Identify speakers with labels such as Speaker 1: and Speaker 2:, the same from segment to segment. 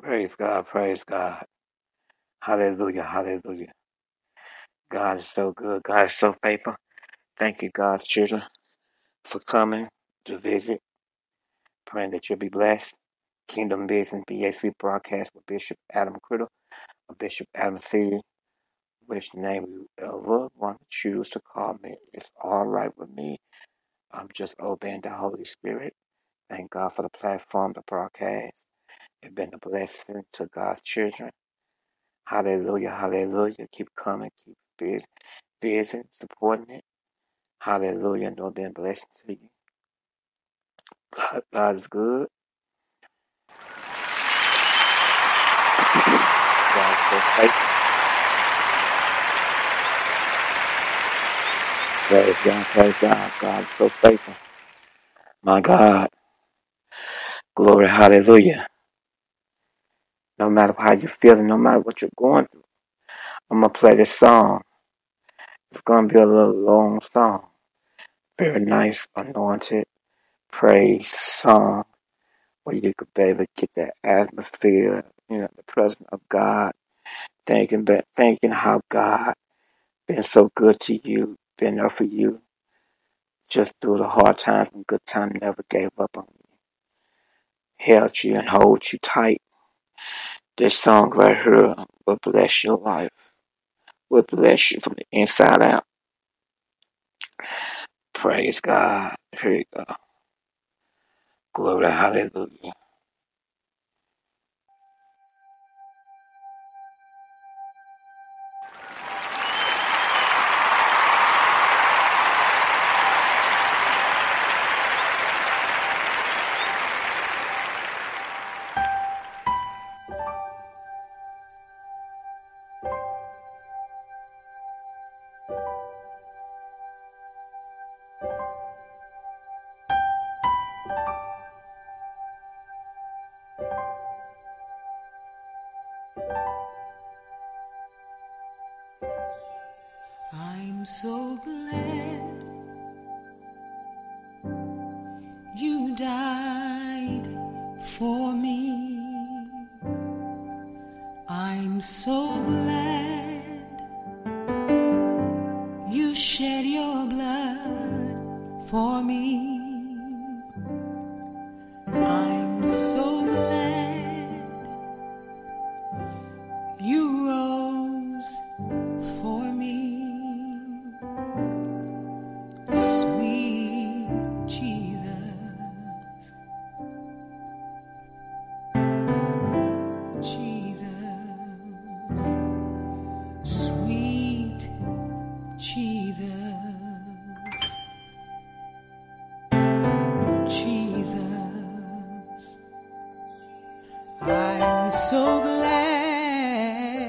Speaker 1: Praise God. Praise God. Hallelujah. Hallelujah. God is so good. God is so faithful. Thank you, God's children, for coming to visit. Praying that you'll be blessed. Kingdom Business BAC broadcast with Bishop Adam Criddle, Bishop Adam Seed, which name you ever want to choose to call me. It's all right with me. I'm just obeying the Holy Spirit. Thank God for the platform, the broadcast. It's been a blessing to God's children. Hallelujah, hallelujah. Keep coming, keep vis- visiting, supporting it. Hallelujah. No been blessed to you. God, God is good. God is so faithful. Praise God, praise God. God is so faithful. My God, glory, hallelujah. No matter how you're feeling, no matter what you're going through, I'm going to play this song. It's going to be a little long song. Very nice, anointed praise song where you could be able to get that atmosphere, you know, the presence of God. thinking but thinking how God been so good to you, been there for you, just through the hard times and good times, never gave up on you, held you and hold you tight. This song right here will bless your life, will bless you from the inside out. Praise God. Here you go. Glory, hallelujah.
Speaker 2: I'm so glad you died for me. I'm so glad you shed your blood for me. I'm so glad you rose for me. Sweet Jesus, Jesus. Sweet Jesus, Jesus, I'm so glad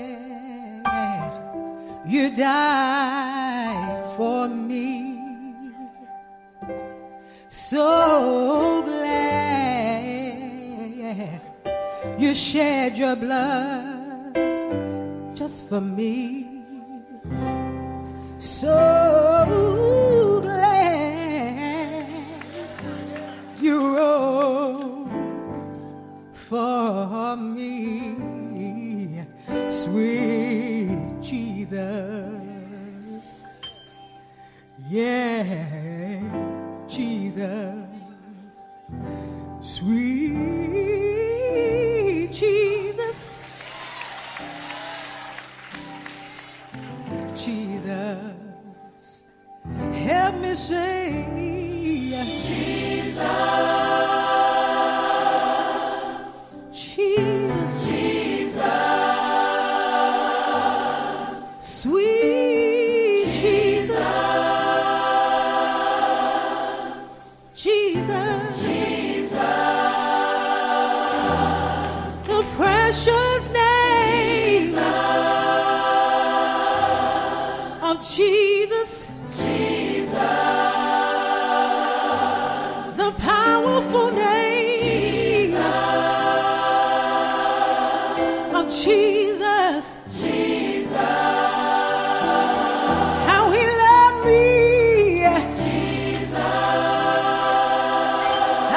Speaker 2: you died for me. So glad you shed your blood just for me. So glad you rose for me, sweet Jesus. Yeah, Jesus, sweet Jesus, Jesus. Help me sing, Jesus, sweet Jesus, Jesus. The precious name of Jesus, the powerful name of Jesus, how he loved me.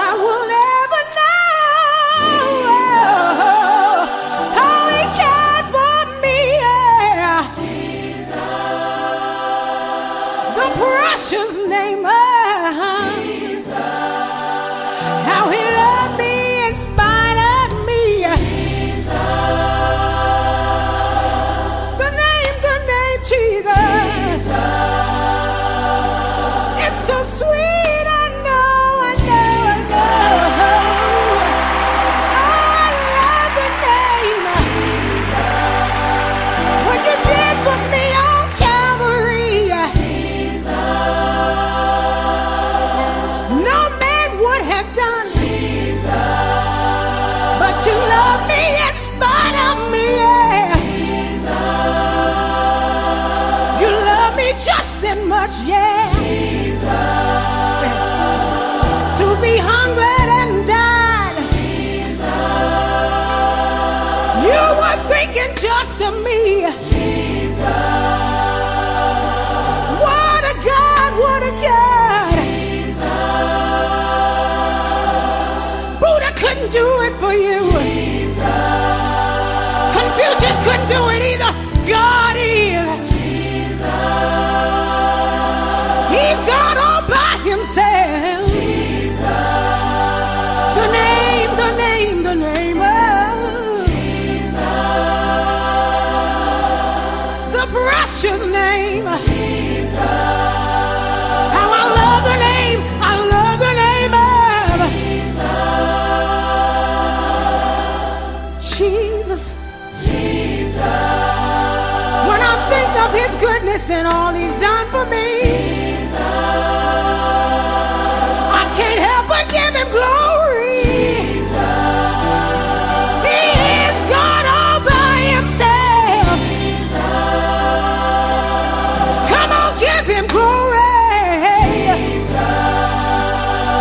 Speaker 2: I will never know I'm thinking just of me. What a God, what a God. Buddha couldn't do it for you. Confucius couldn't do it either. God is. He's God all by himself. The name, the name, the name of the precious name. How I love the name, I love the name of Jesus. When I think of his goodness and all he's done for me, I can't help but give him glory. He is God all by himself. Come on, give him glory.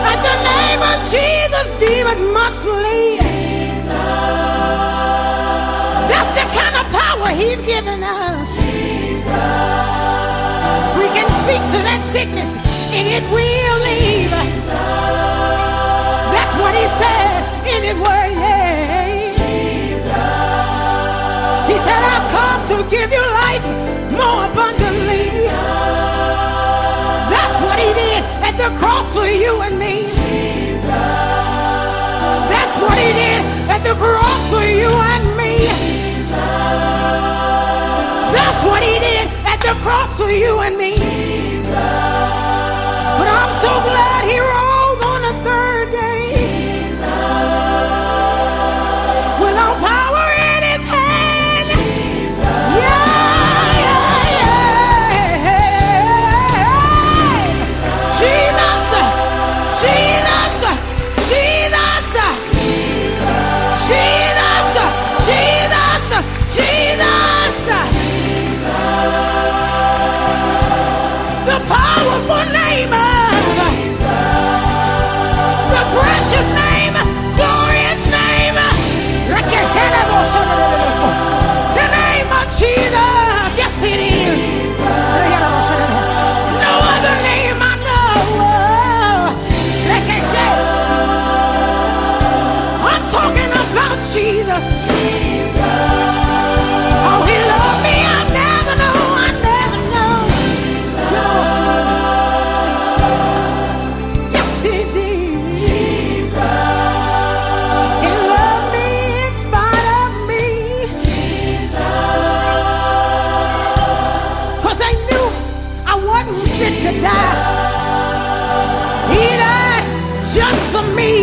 Speaker 2: At the name of Jesus, demon must flee. That's the kind of power he's given us. We can speak to that sickness and it will leave. That's what he said in his word. Yeah. He said, I've come to give you life more abundantly. That's what he did at the cross for you and me. That's what he did at the cross for you and me. That's what he did at the cross for you and me. But I'm so glad he rose on the third day with all power in his hand. Yeah, yeah, yeah. Jesus, Jesus, Jesus, Jesus, Jesus, Jesus. the powerful name of the precious name, glorious name, the name of Jesus. Yes, it is. No other name I know. I'm talking about Jesus. Oh, he loved me. I never know. I never know. Yes, he did. He loved me in spite of me. 'Cause I knew I wasn't fit to die. He died just for me.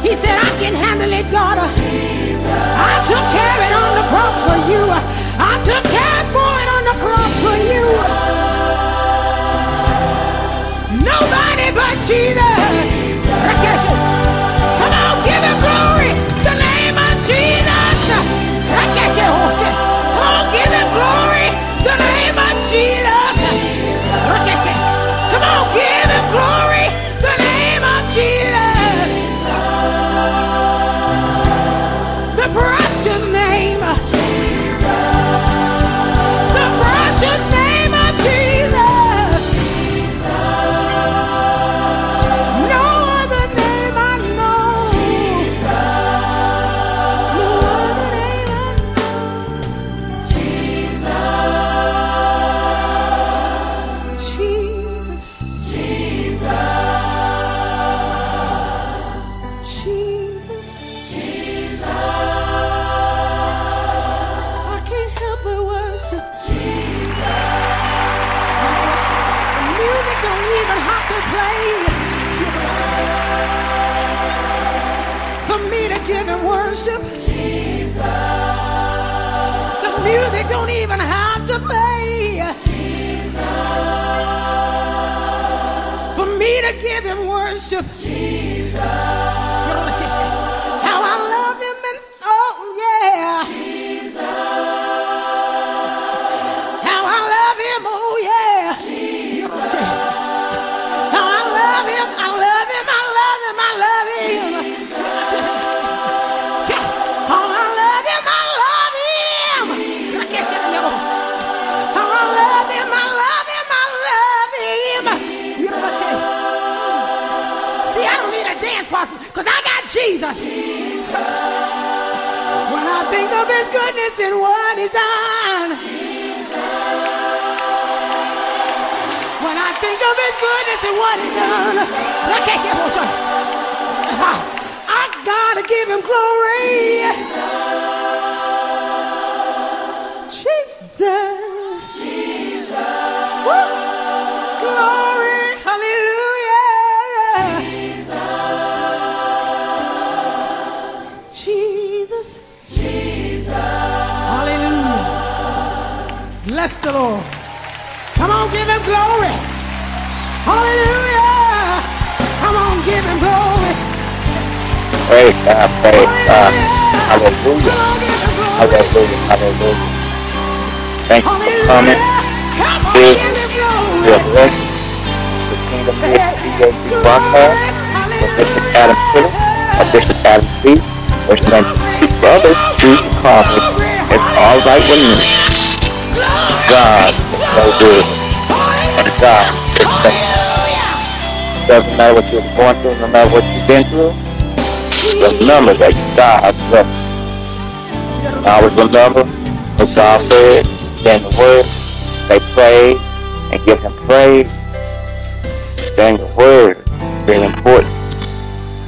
Speaker 2: He said, I can handle it, daughter. I took care of it on the cross for you. I took care for it on the cross for you. Nobody but Jesus. Rakesh, Come on, give him glory. The name of Jesus. Rakesh, Come on, give him glory. The name of Jesus. Rakesh, Come on, give him glory. The name of Jesus. The precious name. The precious name of Jesus. No other name I know. No other name I know. Jesus. Jesus. I can't help but worship. The music don't even have to play for me to give him worship. The music don't even have to play for me to give him worship. How I love him and oh yeah, how I love him, oh yeah. How I love him, I love him, I love him, I love him. See, I don't need a dance person because I got Jesus. When I think of his goodness and what he's done. When I think of his goodness and what he's done. I can't get more sorry. I gotta give him glory. Jesus. Woo. Glory. Hallelujah. Jesus. Jesus. Hallelujah. Bless the Lord. Come on, give him glory. Hallelujah. Come on, give him glory.
Speaker 1: Praise God, praise God. Hallelujah. Hallelujah,
Speaker 2: Hallelujah.
Speaker 1: hallelujah. Thank you for coming.
Speaker 2: Hallelujah. Come on, give him
Speaker 1: This is your
Speaker 2: glory.
Speaker 1: blessing to Kingdom Ministry DOC broadcast with Bishop Adam Phillips of Bishop Adam C. We're saying, brothers, choose to call me. It's all right with me. God is so good. And God is faithful. Doesn't matter what you're going through, no matter what you've been through, remember that God loves you. And always remember what God said, stand the word, they pray, and give him praise. Stand the word. It's very important.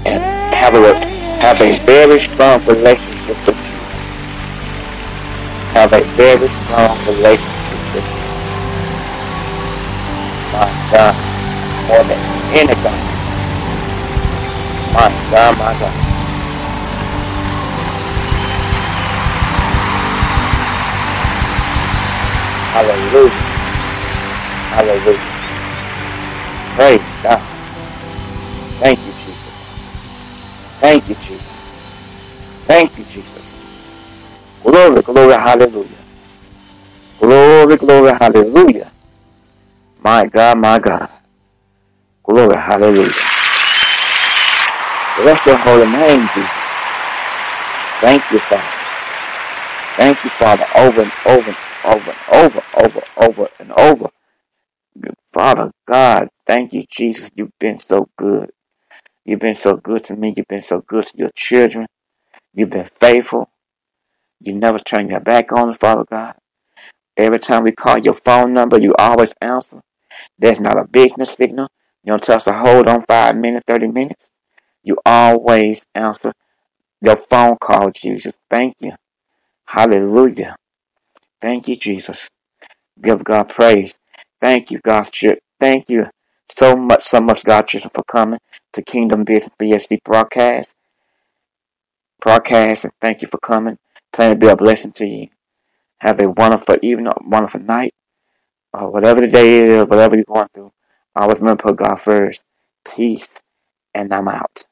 Speaker 1: And have a have a very strong relationship with Jesus. Have a very strong relationship with Jesus. My God. More than any God. My God, my God. Hallelujah. Hallelujah. Praise God. Thank you, Jesus. Thank you, Jesus. Thank you, Jesus. Glory, glory, hallelujah. Glory, glory, hallelujah. My God, my God. Glory, hallelujah. Bless your holy name, Jesus. Thank you, Father. Thank you, Father, over and over and over and over, over, over and over. Father God, thank you, Jesus. You've been so good. You've been so good to me. You've been so good to your children. You've been faithful. You never turn your back on us, Father God. Every time we call your phone number, you always answer. There's not a business signal. You don't tell us to hold on five minutes, 30 minutes. You always answer your phone call, Jesus. Thank you. Hallelujah. Thank you, Jesus. Give God praise. Thank you, God's church. Thank you so much, so much, God, children, for coming to Kingdom Business BSC broadcast. Broadcast, and thank you for coming. Plan to be a blessing to you. Have a wonderful evening, a wonderful night, or whatever the day is, whatever you're going through. Always remember to put God first. Peace, and I'm out.